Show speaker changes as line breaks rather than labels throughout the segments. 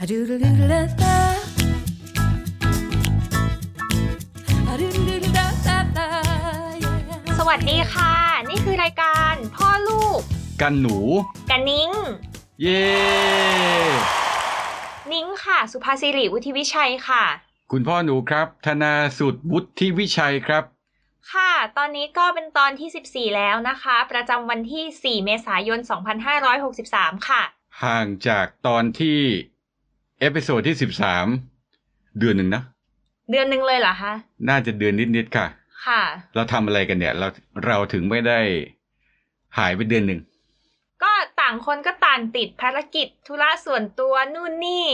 A doodle-doodle da. A doodle-doodle da da da. Yeah.
สวัสดีค่ะ นี่คือรายการพ่อลูก
กันหนู
กับนิ้ง
เย้
นิ้งค่ะ สุภาศิริวุฒิวิชัยค่ะ
คุณพ่อหนูครับ ธนาสุดวุฒิวิชัยครับ
ค่ะ ตอนนี้ก็เป็นตอนที่ 14 แล้วนะคะ ประจำวันที่ 4 เมษายน 2563 ค่ะ
ห่างจากตอนที่ เอพิโซดที่ 13 เดือนหนึ่งนะ
เดือนหนึ่งเลยเหรอคะ
น่าจะเดือนนิด ๆ ค่ะ
ค่ะ
เราทำอะไรกันเนี่ย เราเราถึงไม่ได้หายไปเดือนหนึ่ง
ก็ต่างคนก็ต่างติดภารกิจธุระส่วนตัวนู่นนี่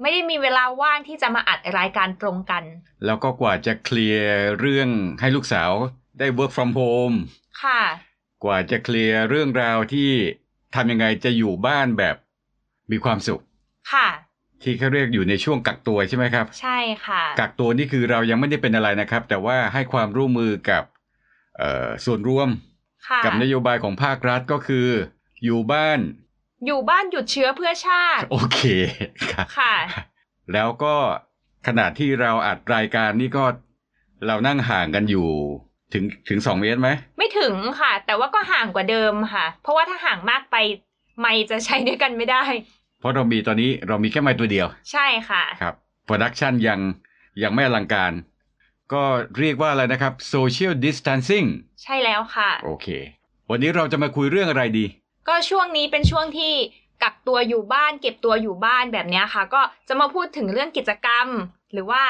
ไม่ได้มีเวลาว่างที่จะมาอัดรายการตรงกัน
แล้วก็กว่าจะเคลียร์เรื่องให้ลูกสาวได้ work from home
ค่ะ
กว่าจะเคลียร์เรื่องราวที่ทำยังไงจะอยู่บ้านแบบมีความสุข
ค่ะ
ที่เขาเรียกอยู่ในช่วงกักตัวใช่ไหมครับ
ใช่ค่ะ
กักตัวนี่คือเรายังไม่ได้เป็นอะไรนะครับ แต่ว่าให้ความร่วมมือกับเอ่อส่วนร่วม
ค่ะ
กับนโยบายของภาครัฐก็คือ อยู่บ้าน
อยู่บ้านหยุดเชื้อเพื่อชาติ
โอเคครับ
ค่ะ
แล้วก็ขณะที่เราอัดรายการนี่ก็เรานั่งห่างกันอยู่ถึงถึงสองเมตรไหม
ไม่ถึงค่ะ แต่ว่าก็ห่างกว่าเดิมค่ะ เพราะว่าถ้าห่างมากไป ไม่จะใช้ด้วยกันไม่ได้
เพราะเรามีตอนนี้เรามีแค่ไม้ตัวเดียว
ใช่ค่ะ
ครับโปรดักชันยังยังไม่อลังการ ก็เรียกว่าอะไรนะครับ social distancing
ใช่แล้วค่ะ
โอเค วันนี้เราจะมาคุยเรื่องอะไรดี
ก็ช่วงนี้เป็นช่วงที่กักตัวอยู่บ้าน เก็บตัวอยู่บ้านแบบเนี้ยค่ะ ก็จะมาพูดถึงเรื่องกิจกรรม หรือว่า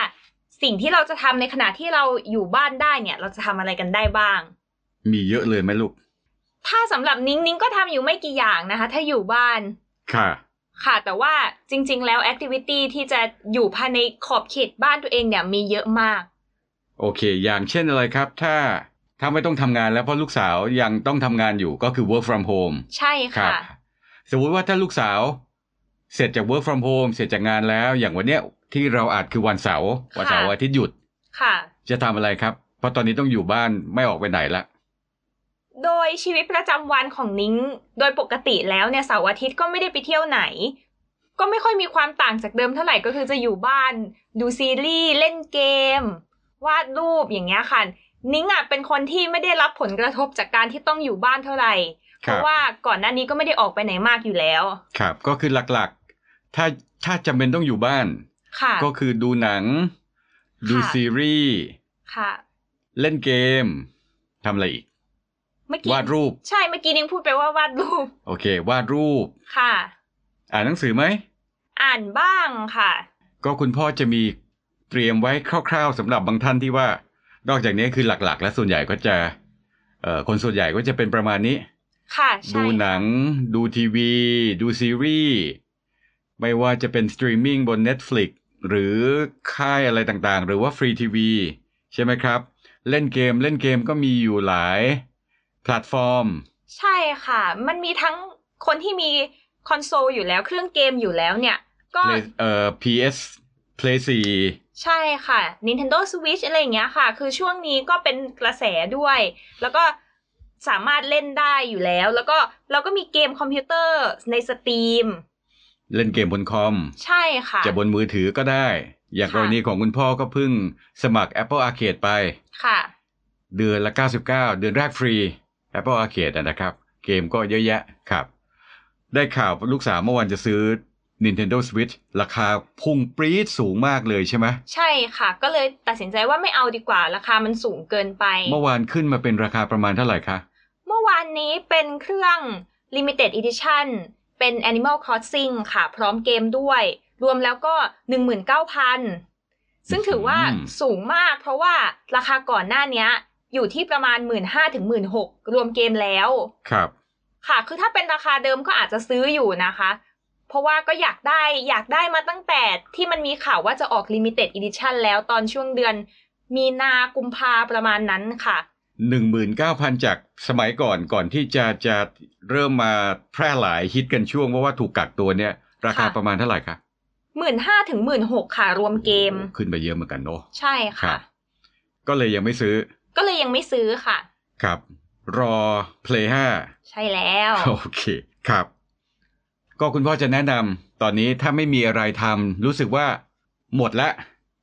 สิ่งที่เราจะทำในขณะที่เราอยู่บ้านได้เนี่ย เราจะทำอะไรกันได้บ้าง
มีเยอะเลยไหมลูก
ถ้าสำหรับนิ้งนิ้งก็ทำอยู่ไม่กี่อย่างนะคะ ถ้าอยู่บ้าน
ค่ะ
ค่ะแต่ว่าจริงๆ แล้วแอคทิวิตี้ที่จะอยู่ภายในขอบเขตบ้านตัวเองเนี่ยมีเยอะมาก
โอเค อย่างเช่นอะไรครับ ถ้าถ้าไม่ต้องทำงานแล้วเพราะลูกสาวยังต้องทำงานอยู่ก็คือ work from home
ใช่
ครั
ค่ะ
บ สมมติว่าถ้าลูกสาว เสร็จจาก work from home เสร็จจากงานแล้ว อย่างวันเนี้ยที่เราอาจคือวันเสาร์วันเสาร์
ค่ะ
อาทิตย์หยุด
ค่ะ
จะทำอะไรครับ เพราะตอนนี้ต้องอยู่บ้านไม่ออกไปไหนละ
โดยชีวิตประจำวันของนิ้ง โดยปกติแล้วเนี่ยเสาร์อาทิตย์ก็ไม่ได้ไปเที่ยวไหน ก็ไม่ค่อยมีความต่างจากเดิมเท่าไหร่ก็คือจะอยู่บ้าน ดูซีรีส์เล่นเกม วาดรูปอย่างเงี้ยค่ะนิ้งอ่ะเป็นคนที่ไม่ได้รับผลกระทบจากการที่ต้องอยู่บ้านเท่าไหร่
ค
เพ
รับ
ราะว่าก่อนหน้านี้ก็ไม่ได้ออกไปไหนมากอยู่แล้ว
ครับ ก็คือหลักๆ ถ้าถ้าจำเป็นต้องอยู่บ้าน
ค่ะ
ก็คือดูหนัง ดู
ค่ะ
ซีรีส์
ค่ะ
เล่นเกมทำอะไรอีก
เมื่อกี้
วาดรูป
ใช่ เมื่อกี้นิ้งพูดไปว่าวาดรูป
โอเค วาดรูป
ค่ะ
อ่านหนังสือไหม
อ่านบ้างค่ะ
ก็คุณพ่อจะมีเตรียมไว้คร่าว ๆสำหรับบางท่านที่ว่า นอกจากนี้คือหลักๆ และส่วนใหญ่ก็จะเอ่อคนส่วนใหญ่ก็จะเป็นประมาณนี้
ค่ะ
ดู
ใช่
หนัง ดูทีวี ดูซีรีส์ ไม่ว่าจะเป็นสตรีมมิ่งบน Netflix หรือค่ายอะไรต่างๆ หรือว่าฟรีทีวีใช่ไหมครับ เล่นเกมเล่นเกมก็มีอยู่หลายแพลตฟอร์ม
ใช่ค่ะ มันมีทั้งคนที่มีคอนโซลอยู่แล้วเครื่องเกมอยู่แล้วเนี่ย ก็
Play- เอ่อ PS Play
ใช่ค่ะ Nintendo Switch อะไรอย่างเงี้ยค่ะ คือช่วงนี้ก็เป็นกระแสด้วย แล้วก็สามารถเล่นได้อยู่แล้ว แล้วก็เราก็มีเกมคอมพิวเตอร์ในสตรีม
4 เล่นเกมบนคอม
ใช่ค่ะ
จะบนมือถือก็ได้ อย่าง
ค่ะ
กรณีของคุณพ่อก็เพิ่งสมัคร Apple Arcade ไป
ค่ะ
เดือนละ 99 เดือนแรกฟรี Apple Arcade อะนะครับ เกมก็เยอะแยะครับ ได้ข่าวลูกสาวเมื่อวันจะซื้อ Nintendo Switch ราคาพุ่งปรี๊ดสูงมากเลยใช่ไหม
ใช่ค่ะ ก็เลยตัดสินใจว่าไม่เอาดีกว่าราคามันสูงเกินไป
เมื่อวานขึ้นมาเป็นราคาประมาณเท่าไหร่คะ
เมื่อวานนี้เป็นเครื่อง limited edition เป็น Animal Crossing ค่ะ พร้อมเกมด้วย รวมแล้วก็ 19,000 ซึ่งถือว่า
อืม
สูงมาก เพราะว่าราคาก่อนหน้าเนี้ย อยู่ที่ประมาณ 1 5ื่นถึงหมื่นหรวมเกมแล้ว
ครับ
ค่ะ คือถ้าเป็นราคาเดิมก็อาจจะซื้ออยู่นะคะ เพราะว่าก็อยากได้อยากได้มาตั้งแต่ที่มันมีข่าวว่าจะออก limited edition แล้วตอนช่วงเดือน มีนากุมภาประมาณนั้นค่ะ
19,000 จากสมัยก่อนก่อนที่จะจะเริ่มมาแพร่หลายฮิตกันช่วงเพราะว่าถูกกักตัวเนี่ย ราคา
ค่ะ
ประมาณเท่าไหร่คะ
หมื่นห้าถึงหมื่นหกค่ะ รวมเกม
ขึ้นไปเยอะเหมือนกันเนาะ
ใช่
ครั
ค่ะ
บ ก็เลยยังไม่ซื้อ
ก็เลยยังไม่ซื้อค่ะ
ครับ รอ Play
ใช่แล้ว
5 โอเค ครับ ก็คุณพ่อจะแนะนำ ตอนนี้ถ้าไม่มีอะไรทำรู้สึกว่าหมดละ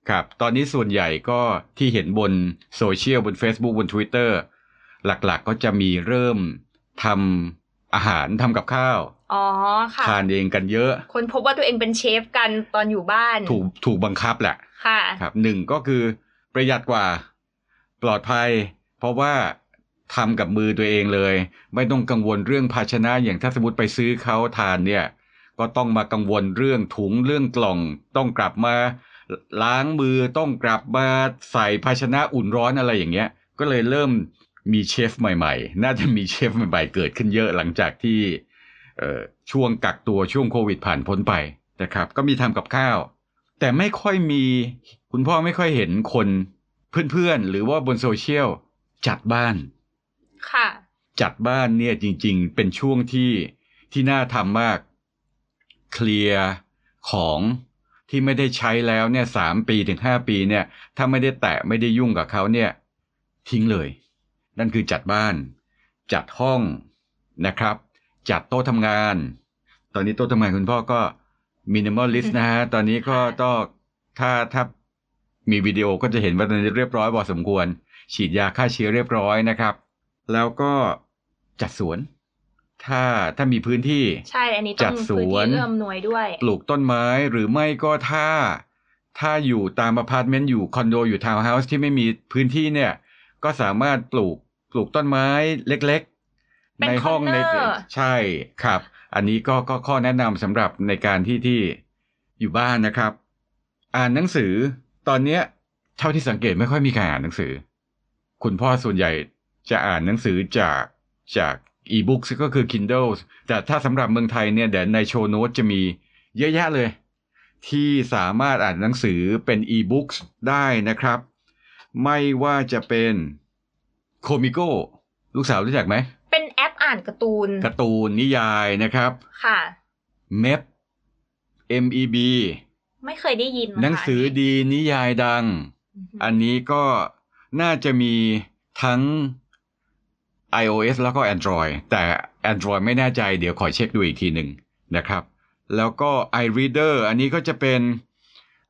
ครับ ตอนนี้ส่วนใหญ่ก็ที่เห็นบนโซเชียลบน Facebook บน Twitter หลักๆก็จะมีเริ่มทำอาหารทำกับข้าว
อ๋อค่ะ
ทานเองกันเยอะ
คนพบว่าตัวเองเป็นเชฟกันตอนอยู่บ้าน
ถูกถูกบังคับแหละ
ค่ะ
ครับหนึ่งก็คือประหยัดกว่าปลอดภัย เพราะว่าทำกับมือตัวเองเลย ไม่ต้องกังวลเรื่องภาชนะอย่างถ้าสมมติไปซื้อเขาทานเนี่ย ก็ต้องมากังวลเรื่องถุงเรื่องกล่อง ต้องกลับมาล้างมือต้องกลับมาใส่ภาชนะอุ่นร้อนอะไรอย่างเงี้ย ก็เลยเริ่มมีเชฟใหม่ๆ น่าจะมีเชฟใหม่ๆเกิดขึ้นเยอะหลังจากที่เอ่อช่วงกักตัวช่วงโควิดผ่านพ้นไปนะครับ ก็มีทำกับข้าว แต่ไม่ค่อยมีคุณพ่อไม่ค่อยเห็นคนเพื่อนๆ หรือว่าบนโซเชียลจัดบ้าน
ค่ะ
จัดบ้านเนี่ยจริงๆ เป็นช่วงที่ที่น่าทำมาก เคลียร์ของที่ไม่ได้ใช้แล้วเนี่ยสามปีถึงห้าปีเนี่ย ถ้าไม่ได้แตะไม่ได้ยุ่งกับเขาเนี่ย ทิ้งเลย นั่นคือจัดบ้าน จัดห้องนะครับ จัดโต๊ะทำงาน ตอนนี้โต๊ะทำงานคุณพ่อก็มินิมอลลิสต์นะฮะ ตอนนี้ก็ต้องถ้าถ้ามีวิดีโอก็จะเห็นว่าตอนนี้เรียบร้อยพอสมควร ฉีดยาฆ่าเชื้อเรียบร้อยนะครับ แล้วก็จัดสวน ถ้าถ้ามีพื้นที่
ใช่อันนี้ต้
จั
อง
ดส
พื้น
วน
ที่เอื้อมหน่วยด้วย
ปลูกต้นไม้หรือไม่ก็ถ้า ถ้าอยู่ตามอพาร์ตเมนต์อยู่คอนโดอยู่ทาวน์เฮาส์ที่ไม่มีพื้นที่เนี่ย ก็สามารถปลูกปลูกต้นไม้เล็กๆ
เป็น
ในห้องใน
corner
ใช่ครับ อันนี้ก็ก็ข้อแนะนำสำหรับในการที่ที่อยู่บ้านนะครับ อ่านหนังสือตอนเนี้ยเท่าที่สังเกตไม่ค่อยมีใครอ่านหนังสือ คุณพ่อส่วนใหญ่จะอ่านหนังสือจากจากอีบุ๊กก็คือ Kindle แต่ถ้าสำหรับเมืองไทยเนี่ยเดี๋ยวในโชว์โน้ตจะมีเยอะแยะเลย ที่สามารถอ่านหนังสือเป็นอีบุ๊กได้นะครับ ไม่ว่าจะเป็นโคมิโก้ลูกสาวรู้จักไหม
เป็นแอปอ่านการ์ตูน
การ์ตูนนิยายนะครับ
ค่ะ
เม p MEB
ไม่เคยได้ยินมา
หนังสือดีนิยายดัง
ค่ะ
อันนี้ก็น่าจะมีทั้ง iOS แล้วก็ Android แต่ Android ไม่แน่ใจเดี๋ยวขอเช็คดูอีกทีหนึ่งนะครับ แล้วก็ iReader อันนี้ก็จะเป็น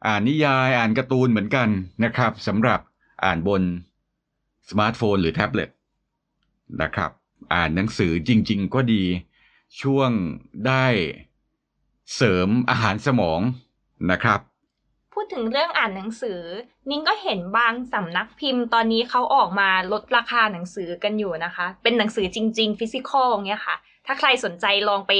อ่านนิยายอ่านการ์ตูนเหมือนกันนะครับสำหรับอ่านบนสมาร์ทโฟนหรือแท็บเล็ตนะครับ อ่านหนังสือจริง ๆ ก็ดี ช่วงได้เสริมอาหารสมองนะครับ
พูดถึงเรื่องอ่านหนังสือ นิ้งก็เห็นบางสำนักพิมพ์ตอนนี้เขาออกมาลดราคาหนังสือกันอยู่นะคะ เป็นหนังสือจริง ๆ ฟิสิกอลเงี้ยค่ะ ถ้าใครสนใจลองไป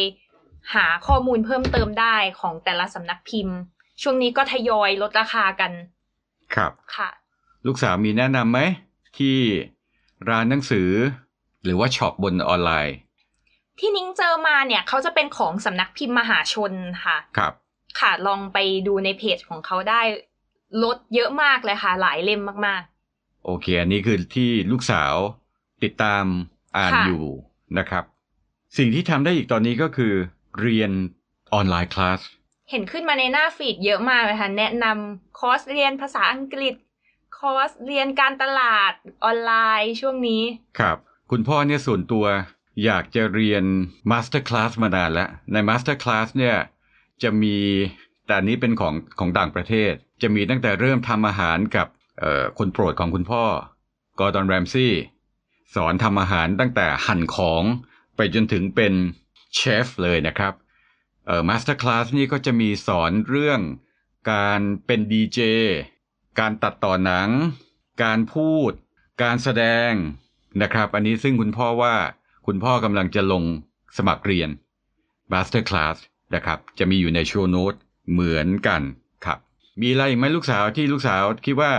หาข้อมูลเพิ่มเติมได้ของแต่ละสำนักพิมพ์ ช่วงนี้ก็ทยอยลดราคากัน
ครับ
ค่ะ
ลูกสาวมีแนะนำไหม ที่ร้านหนังสือ หรือว่าช็อปบนออนไลน์
ที่นิ้งเจอมาเนี่ยเขาจะเป็นของสำนักพิมพ์มหาชนค่ะ
ครับ
ค่ะลองไปดูในเพจของเขาได้ลดเยอะมากเลยค่ะ หลายเล่มมาก
โอเค อันนี้คือที่ลูกสาวติดตามอ่าน
ค่ะ
อยู่นะครับ สิ่งที่ทำได้อีกตอนนี้ก็คือ เรียนออนไลน์คลาส
ๆ เห็นขึ้นมาในหน้าฟีดเยอะมากเลยค่ะ แนะนำคอร์สเรียนภาษาอังกฤษ คอร์สเรียนการตลาดออนไลน์ช่วงนี้
ครับ คุณพ่อเนี่ยส่วนตัวอยากจะเรียนมาสเตอร์คลาสมานานแล้ว ในมาสเตอร์คลาสเนี่ยจะมีแต่อันนี้เป็นของของต่างประเทศ จะมีตั้งแต่เริ่มทำอาหารกับเอ่อคนโปรดของคุณพ่อกอร์ดอนแรมซี่สอนทำอาหารตั้งแต่หั่นของไปจนถึงเป็นเชฟเลยนะครับเอ่อมาสเตอร์คลาสนี่ก็จะมีสอนเรื่องการเป็นดีเจ การตัดต่อหนัง การพูด การแสดงนะครับ อันนี้ซึ่งคุณพ่อว่าคุณพ่อกำลังจะลงสมัครเรียน Master Class นะครับ จะมีอยู่ใน Show Note เหมือนกันครับ มีอะไรอีกไหมลูกสาวที่ลูกสาวคิดว่า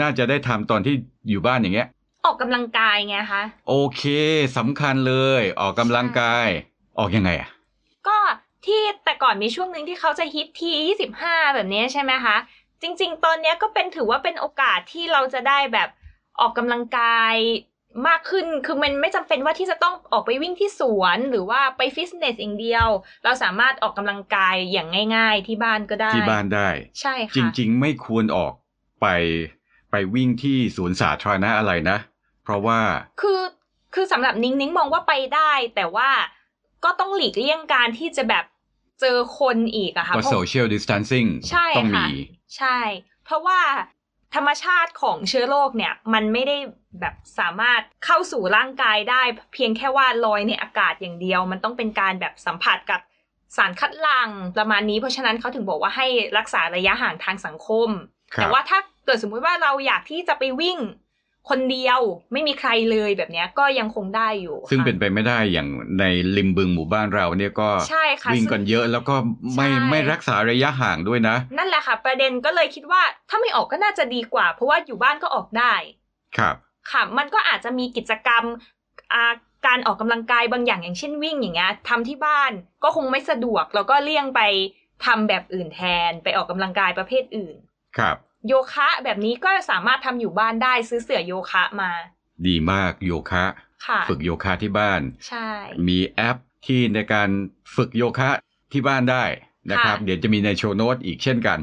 น่าจะได้ทำตอนที่อยู่บ้านอย่างเงี้ย
ออกกำลังกายไงคะ
โอเคสำคัญเลย ออกกำลังกาย ออกยังไงอะ
ก็ที่แต่ก่อนมีช่วงหนึ่งที่เขาจะฮิตที25 แบบนี้ใช่ไหมคะ จริง ๆ ตอนเนี้ยก็เป็นถือว่าเป็นโอกาสที่เราจะได้แบบออกกำลังกายมากขึ้น คือมันไม่จำเป็นว่าที่จะต้องออกไปวิ่งที่สวนหรือว่าไปฟิตเนสอย่างเดียว เราสามารถออกกำลังกายอย่างง่าย ๆ ที่บ้านก็ได้
ที่บ้านได้
ใช่
จ
ค่ะ
ริงๆ ไม่ควรออกไปไปวิ่งที่สวนสาธารณะอะไรนะ เพราะว่า
คือคือสำหรับนิ้งนิ้งมองว่าไปได้ แต่ว่าก็ต้องหลีกเลี่ยงการที่จะแบบ เจอคนอีกอะค่ะ
ว่า
เพราะ
social distancing
ใช่
ต้อง
ค่ะ
มี
ใช่ เพราะว่าธรรมชาติของเชื้อโรคเนี่ย มันไม่ได้แบบสามารถเข้าสู่ร่างกายได้ เพียงแค่ว่าลอยในอากาศอย่างเดียว มันต้องเป็นการแบบสัมผัสกับสารคัดหลั่งประมาณนี้ เพราะฉะนั้นเขาถึงบอกว่าให้รักษาระยะห่างทางสังคม
ครับ
แต่ว่าถ้าเกิดสมมุติว่าเราอยากที่จะไปวิ่งคนเดียวไม่มีใครเลยแบบเนี้ยก็ยังคงได้อยู่
ซึ่ง
ค่ะ
เป็นไปไม่ได้อย่างในริมบึงหมู่บ้านเราเนี่ยก็
ใช่ค่ะ
วิ่ง
ซึ่ง
กันเยอะแล้วก็ไม่
ใช่
ไม่รักษาระยะห่างด้วยนะ
นั่นแหละค่ะ ประเด็นก็เลยคิดว่าถ้าไม่ออกก็น่าจะดีกว่า เพราะว่าอยู่บ้านก็ออกได้
ครับ
ค่ะ มันก็อาจจะมีกิจกรรมอ่าการออกกำลังกายบางอย่างอย่างเช่นวิ่งอย่างเงี้ยทำที่บ้านก็คงไม่สะดวก แล้วก็เลี่ยงไปทำแบบอื่นแทนไปออกกำลังกายประเภทอื่น
ครับ
โยคะแบบนี้ก็สามารถทำอยู่บ้านได้ซื้อเสื่อโยคะมา
ดีมากโยคะ
ค่ะ
ฝึกโยคะที่บ้าน
ใช่
มีแอปที่ในการฝึกโยคะที่บ้านได้นะครับ
ค่ะ
เดี๋ยวจะมีในโชว์โน้ตอีกเช่นกัน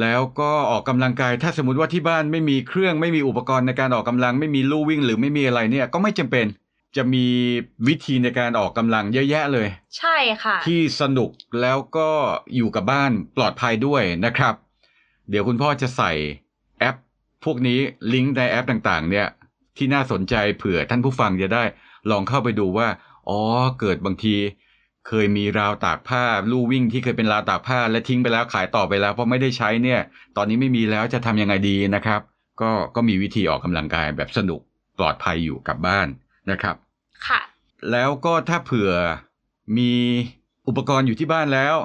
แล้วก็ออกกำลังกายถ้าสมมติว่าที่บ้านไม่มีเครื่องไม่มีอุปกรณ์ในการออกกำลังไม่มีลู่วิ่ง หรือไม่มีอะไรเนี่ยก็ไม่จำเป็น จะมีวิธีในการออกกำลังเยอะแยะเลย
ใช่ค่ะ
ที่สนุกแล้วก็อยู่กับบ้านปลอดภัยด้วยนะครับ เดี๋ยวคุณพ่อจะใส่แอป พวกนี้ลิงก์ในแอปต่างๆ เนี่ย ที่น่าสนใจเผื่อท่านผู้ฟังจะได้ ลองเข้าไปดูว่า อ๋อเกิดบางที เคยมีราวตากผ้าลู่วิ่งที่เคยเป็นราวตากผ้า และทิ้งไปแล้วขายต่อไปแล้วเพราะไม่ได้ใช้เนี่ย ตอนนี้ไม่มีแล้วจะทำยังไงดีนะครับ ก็ก็มีวิธีออกกำลังกายแบบสนุกปลอดภัยอยู่กับบ้านนะครับ
ค่ะ
แล้วก็ถ้าเผื่อมีอุปกรณ์อยู่ที่บ้านแล้ว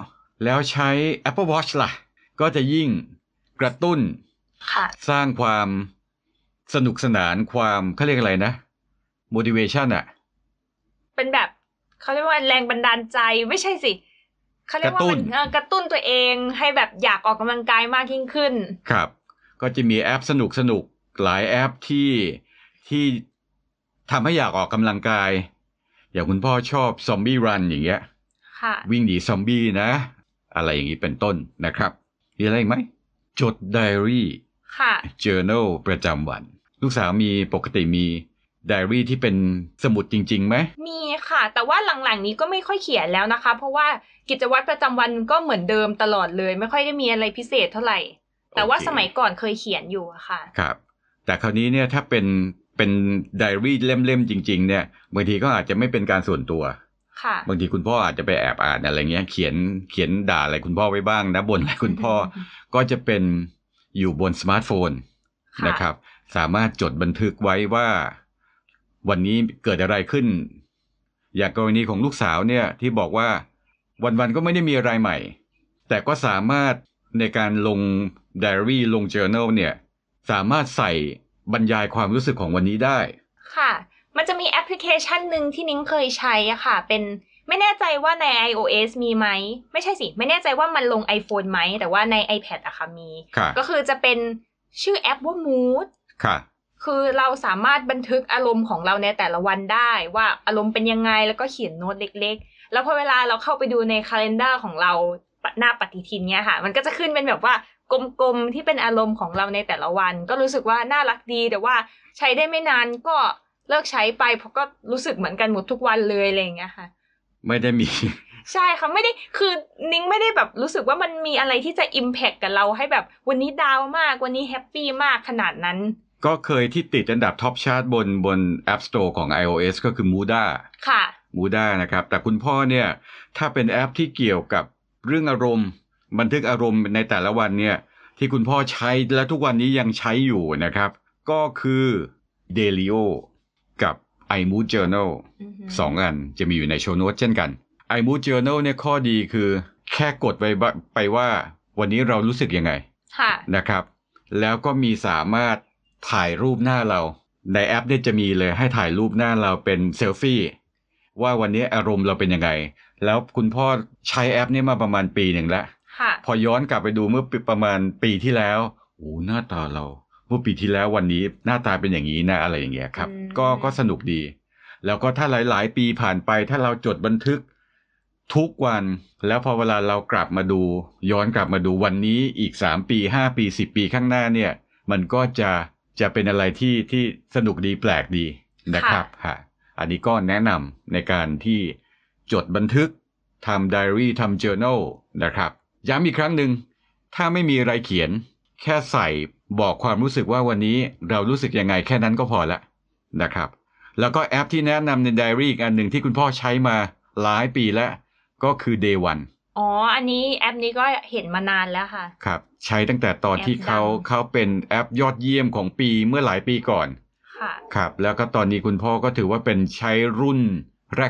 แล้วใช้ Apple Watch ล่ะ ก็จะยิ่งกระตุ้น
ค่ะ
สร้างความสนุกสนานความเขาเรียกอะไรนะ motivation อะ
เป็นแบบเขาเรียกว่าแรงบันดาลใจไม่ใช่สิเขาเรียกว่ามันเออกระตุ้นตัวเองให้แบบอยากออกกำลังกายมากยิ่งขึ้น
ครับ ก็จะมีแอปสนุกสนุกๆหลายแอปที่ที่ทำให้อยากออกกำลังกาย อย่างคุณพ่อชอบ Zombie Run อย่างเงี้ย
ค่ะ
วิ่งหนีซอมบี้นะ อะไรอย่างนี้เป็นต้นนะครับ มีอะไรอีกไหม จดไดอารี่
ค่ะ
journal ประจำวัน ลูกสาวมีปกติมีไดอารี่ที่เป็นสมุดจริงๆไหม
มีค่ะ แต่ว่าหลังๆนี้ก็ไม่ค่อยเขียนแล้วนะคะ เพราะว่ากิจวัตรประจำวันก็เหมือนเดิมตลอดเลย ไม่ค่อยได้มีอะไรพิเศษเท่าไหร่ แต่ว่า
โอเค
สมัยก่อนเคยเขียนอยู่อะค่ะ
ครับ แต่คราวนี้เนี่ยถ้าเป็นเป็นไดอารี่เล่มๆจริง ๆ เนี่ยบางทีก็อาจจะไม่เป็นการส่วนตัว
ค่ะ
บางทีคุณพ่ออาจจะไปแอบอ่านอะไรเงี้ยเขียนเขียนด่าอะไรคุณพ่อไว้บ้างนะบ่นอะไรคุณ พ่อ ก็จะเป็นอยู่บนสมาร์ทโฟน
ค่ะ
นะครับ สามารถจดบันทึกไว้ว่า วันนี้เกิดอะไรขึ้น อย่างกรณีของลูกสาวเนี่ยที่บอกว่าวันๆก็ไม่ได้มีอะไรใหม่ แต่ก็สามารถในการลงไดอารี่ลง journal เนี่ย สามารถใส่บรรยายความรู้สึกของวันนี้ได้
ค่ะ มันจะมีแอปพลิเคชันหนึ่งที่นิ้งเคยใช้อะค่ะ เป็นไม่แน่ใจว่าใน iOS มีไหม ไม่ใช่สิ ไม่แน่ใจว่ามันลง iPhone ไหม แต่ว่าใน iPad อะค่ะมี
ค่ะ
ก็คือจะเป็นชื่อแอปว่า Mood
ค่ะ
คือเราสามารถบันทึกอารมณ์ของเราในแต่ละวันได้ ว่าอารมณ์เป็นยังไงแล้วก็เขียนโน้ตเล็กๆ แล้วพอเวลาเราเข้าไปดูในคาล endar ของเราหน้าปฏิทินเนี่ยค่ะ มันก็จะขึ้นเป็นแบบว่ากลมๆที่เป็นอารมณ์ของเราในแต่ละวัน ก็รู้สึกว่าน่ารักดีแต่ว่าใช้ได้ไม่นานก็เลิกใช้ไปเพราะก็รู้สึกเหมือนกันหมดทุกวันเลยอะไรอย่างเงี้ยค่ะ
ไม่ได้มี
ใช่ค่ะไม่ได้คือนิ้งไม่ได้แบบรู้สึกว่ามันมีอะไรที่จะ impact กับเราให้แบบวันนี้ดาวน์มากวันนี้แฮปปี้มากขนาดนั้น
ก็เคยที่ติดอันดับท็อปชาร์ตบนบน App Store ของ iOS ก็คือ Muda
ค่ะ
มูด้านะครับ แต่คุณพ่อเนี่ยถ้าเป็นแอปที่เกี่ยวกับเรื่องอารมณ์ บันทึกอารมณ์ในแต่ละวันเนี่ยที่คุณพ่อใช้และทุกวันนี้ยังใช้อยู่นะครับ ก็คือ Delio กับ iMood Journal สองอันจะมีอยู่ในโชว์โน้ตเช่นกัน iMood Journal เนี่ยข้อดีคือแค่กดไปว่าไปว่าวันนี้เรารู้สึกยังไง
ค่ะ
นะครับ แล้วก็มีสามารถถ่ายรูปหน้าเรา ในแอปเนี่ยจะมีเลยให้ถ่ายรูปหน้าเราเป็นเซลฟี่ว่าวันนี้อารมณ์เราเป็นยังไง แล้วคุณพ่อใช้แอปนี้มาประมาณปีหนึ่งแล้ว
ค่ะ
พอย้อนกลับไปดูเมื่อปีประมาณปีที่แล้วโอ้หน้าตาเรา เมื่อปีที่แล้ววันนี้หน้าตาเป็นอย่างนี้นะอะไรอย่างเงี้ยครับ
อืม
ก็ก็สนุกดี แล้วก็ถ้าหลาย ๆ ปีผ่านไปถ้าเราจดบันทึกทุกวัน แล้วพอเวลาเรากลับมาดู ย้อนกลับมาดูวันนี้อีกสามปีห้าปีสิบปีข้างหน้าเนี่ย มันก็จะจะเป็นอะไรที่ที่สนุกดีแปลกดีนะครับฮะอันนี้ก็แนะนำในการที่จดบันทึก ทำไดอารี่ทำ journal นะครับ ย้ำอีกครั้งหนึ่ง ถ้าไม่มีอะไรเขียน แค่ใส่บอกความรู้สึกว่าวันนี้เรารู้สึกยังไงแค่นั้นก็พอละนะครับ แล้วก็แอปที่แนะนำในไดอารี่อีกอันหนึ่งที่คุณพ่อใช้มาหลายปีแล้ว ก็คือ Day One
อ๋อ อันนี้แอปนี้ก็เห็นมานานแล้วค่ะ
ครับ ใช้ตั้งแต่ตอน
แอป
ที่เขา
ดัง
เขาเป็นแอปยอดเยี่ยมของปีเมื่อหลายปีก่อน
ค่ะ
ครับแล้วก็ตอนนี้คุณพ่อก็ถือว่าเป็นใช้รุ่น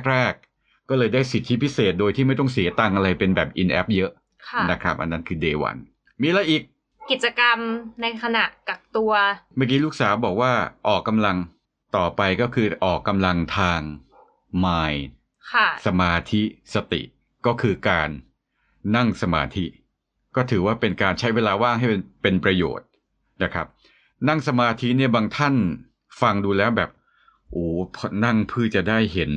แรก ๆ ก็เลยได้สิทธิพิเศษโดยที่ไม่ต้องเสียตังค์อะไรเป็นแบบ in app เยอะ
ค่ะ
นะครับ อันนั้นคือ day one มีอะไรอีก
กิจกรรมในขณะกักตัว
เมื่อกี้ลูกสาวบอกว่าออกกำลังต่อไปก็คือออกกำลังทาง mind
ค่ะ
สมาธิสติก็คือการนั่งสมาธิ ก็ถือว่าเป็นการใช้เวลาว่างให้เป็นเป็นประโยชน์นะครับ นั่งสมาธิเนี่ยบางท่านฟังดูแล้วแบบโอ้พอนั่งเพื่อจะได้เห็น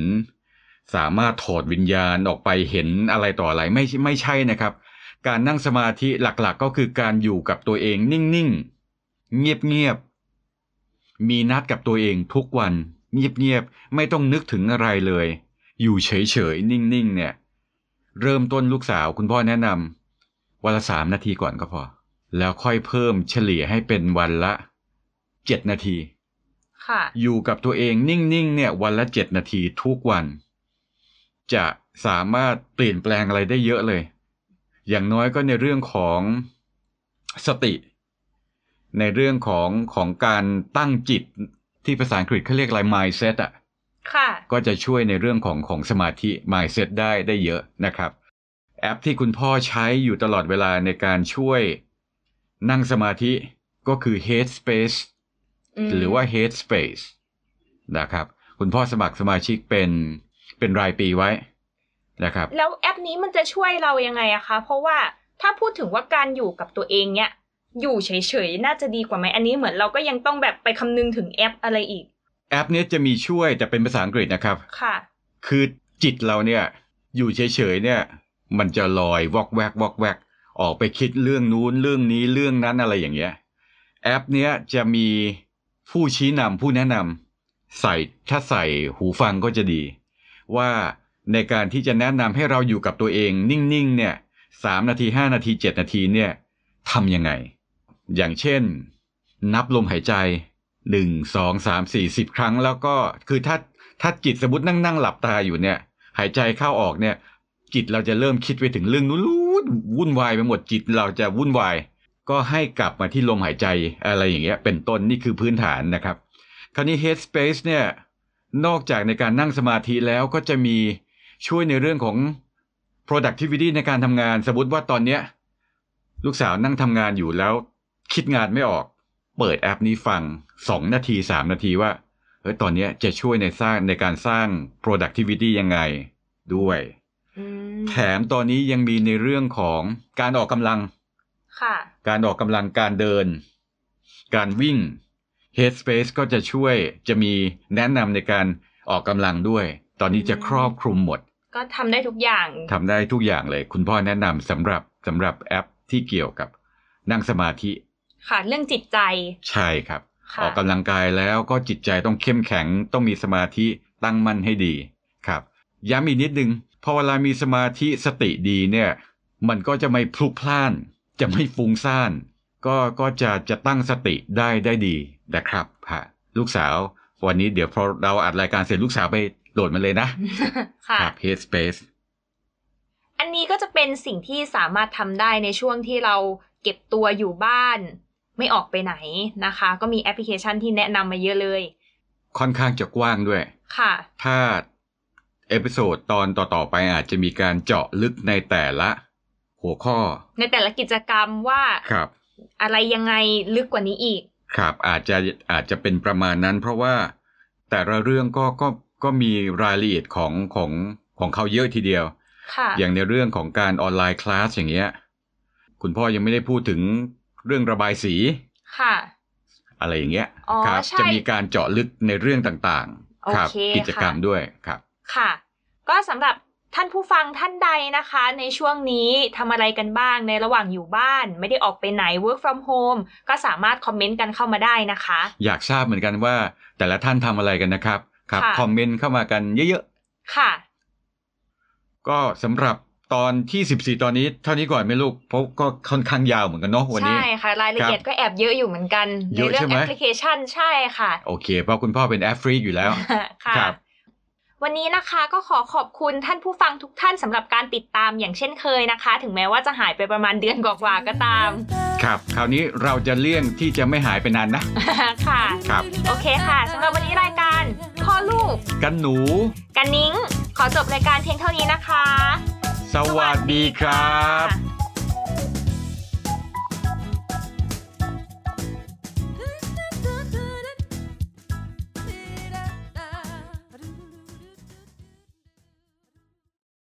สามารถถอดวิญญาณออกไปเห็นอะไรต่ออะไรไม่ใช่ไม่ใช่นะครับ การนั่งสมาธิหลักๆ ก็คือการอยู่กับตัวเองนิ่งๆ เงียบๆ มีนัดกับตัวเองทุกวันเงียบๆ ไม่ต้องนึกถึงอะไรเลย อยู่เฉยๆ นิ่งๆ เนี่ย เริ่มต้นลูกสาวคุณพ่อแนะนำวันละสามนาทีก่อนก็พอ แล้วค่อยเพิ่มเฉลี่ยให้เป็นวันละเจ็ดนาที
ค่ะ
อยู่กับตัวเองนิ่งๆ เนี่ยวันละเจ็ดนาทีทุกวัน จะสามารถเปลี่ยนแปลงอะไรได้เยอะเลย อย่างน้อยก็ในเรื่องของสติ ในเรื่องของของการตั้งจิตที่ภาษาอังกฤษเขาเรียกอะไร mindset อะ
ค่ะ
ก็จะช่วยในเรื่องของของสมาธิ mindset ได้ได้เยอะนะครับ แอปที่คุณพ่อใช้อยู่ตลอดเวลาในการช่วยนั่งสมาธิก็คือ Headspace
อืม
หรือว่า Headspace นะครับ คุณพ่อสมัครสมาชิกเป็นเป็นรายปีไว้นะครับ
แล้วแอปนี้มันจะช่วยเรายังไงอะคะ เพราะว่าถ้าพูดถึงว่าการอยู่กับตัวเองเนี่ย อยู่เฉยๆ น่าจะดีกว่าไหม อันนี้เหมือนเราก็ยังต้องแบบไปคำนึงถึงแอปอะไรอีก
แอปเนี้ยจะมีช่วยแต่เป็นภาษาอังกฤษนะครับ
ค่ะ
คือจิตเราเนี่ยอยู่เฉยๆเนี่ยมันจะลอยวอกแวกวอกแวกออกไปคิดเรื่องนู้นเรื่องนี้เรื่องนั้นอะไรอย่างเงี้ยแอปเนี้ยจะมีผู้ชี้นำผู้แนะนำใส่ถ้าใส่หูฟังก็จะดี ว่าในการที่จะแนะนำให้เราอยู่กับตัวเองนิ่งๆเนี่ยสามนาทีห้านาทีเจ็ดนาทีเนี่ยทำยังไง อย่างเช่น นับลมหายใจหนึ่งสองสามสี่สิบครั้งแล้วก็คือถ้าถ้าจิตสมมตินั่งนั่งหลับตาอยู่เนี่ย หายใจเข้าออกเนี่ย จิตเราจะเริ่มคิดไปถึงเรื่องนู้นวุ่นวายไปหมดจิตเราจะวุ่นวาย ก็ให้กลับมาที่ลมหายใจอะไรอย่างเงี้ย เป็นต้นนี่คือพื้นฐานนะครับ คราวนี้ Headspace เนี่ยนอกจากในการนั่งสมาธิแล้วก็จะมีช่วยในเรื่องของ productivity ในการทำงาน สมมติว่าตอนเนี้ยลูกสาวนั่งทำงานอยู่แล้ว คิดงานไม่ออก เปิดแอปนี้ฟัง 2 นาที 3 นาทีว่าเฮ้ยตอนเนี้ยจะช่วยในสร้างในการสร้าง productivity ยังไงด้วย
อืม
แถมตอนนี้ยังมีในเรื่องของการออกกำลัง
ค่ะ
การออกกำลังการเดิน การวิ่ง Headspace ก็จะช่วยจะมีแนะนำในการออกกำลังด้วย ตอนนี้จะครอบคลุมหมด
ก็ทำได้ทุกอย่าง
ทำได้ทุกอย่างเลย คุณพ่อแนะนำสำหรับสำหรับแอปที่เกี่ยวกับนั่งสมาธิ
ค่ะ เรื่องจิตใจ
ใช่ครับ
ค่ะ
ออกกำลังกายแล้วก็จิตใจต้องเข้มแข็งต้องมีสมาธิตั้งมั่นให้ดีครับย้ำอีกนิดนึงพอเวลามีสมาธิสติดีเนี่ย มันก็จะไม่พลุกพล่าน จะไม่ฟุ้งซ่าน ก็ก็จะจะตั้งสติได้ได้ดีนะครับฮะลูกสาววันนี้เดี๋ยวพอเราอัดรายการเสร็จลูกสาวไปโหลดมันเลยนะ
ค่ะ
ครับ Headspace
อันนี้ก็จะเป็นสิ่งที่สามารถทำได้ในช่วงที่เราเก็บตัวอยู่บ้าน ไม่ออกไปไหนนะคะ ก็มีแอปพลิเคชันที่แนะนำมาเยอะเลย
ค่อนข้างจะกว้างด้วย
ค่ะ
ถ้าเอพิโซดตอนต่อๆไปอาจจะมีการเจาะลึกในแต่ละ หัวข้อ
ในแต่ละกิจกรรมว่า
ครับ
อะไรยังไงลึกกว่านี้อีก
ครับอาจจะอาจจะเป็นประมาณนั้น เพราะว่าแต่ละเรื่องก็ก็ก็มีรายละเอียดของของของเขาเยอะทีเดียว
ค่ะ
อย่างในเรื่องของการออนไลน์คลาสอย่างเงี้ยคุณพ่อยังไม่ได้พูดถึงเรื่องระบายสี
ค่ะ
อะไรอย่างเงี้ย
อ๋อ
ครั
ใช่
จะมีการเจาะลึกในเรื่องต่างๆ ครับ
โอเค
กิจกรรม
ค่ะ
ด้วยครับ
ค่ะ ก็สำหรับท่านผู้ฟังท่านใดนะคะ ในช่วงนี้ทำอะไรกันบ้างในระหว่างอยู่บ้าน ไม่ได้ออกไปไหน work from home ก็สามารถคอมเมนต์กันเข้ามาได้นะคะ
อยากทราบเหมือนกันว่า แต่ละท่านทำอะไรกันนะครับครับ
ค่ะ
คอมเมนต์เข้ามากันเยอะๆ
ค่ะ
ก็สำหรับ ตอนที่ 14 ตอนนี้เท่านี้ก่อนไหมลูก เพราะก็ค่อนข้างยาวเหมือนกันเนาะวันนี้
ใช่ค่ะ รายละเอียดก็แอบเยอะอยู่เหมือนกัน
เยอะ
ในเรื่
ใช่ไหม
แอปพลิเคชันใช่ค่ะ
โอเค เพราะคุณพ่อเป็นแอฟริกอยู่ แล้ว
ค่ะ
ครับ
วันนี้นะคะก็ขอขอบคุณท่านผู้ฟังทุกท่านสำหรับการติดตามอย่างเช่นเคยนะคะ ถึงแม้ว่าจะหายไปประมาณเดือนกว่าๆก็ตาม
ครับ คราวนี้เราจะเลี่ยงที่จะไม่หายไปนานนะ
ค่ะ
ครับ
โอเคค่ะสำหรับวันนี้รายการพ่อลูก
กันหนู
กันนิ้ง ขอจบรายการเพียงเท่านี้นะคะ
สวัสดีครับ
ค่ะ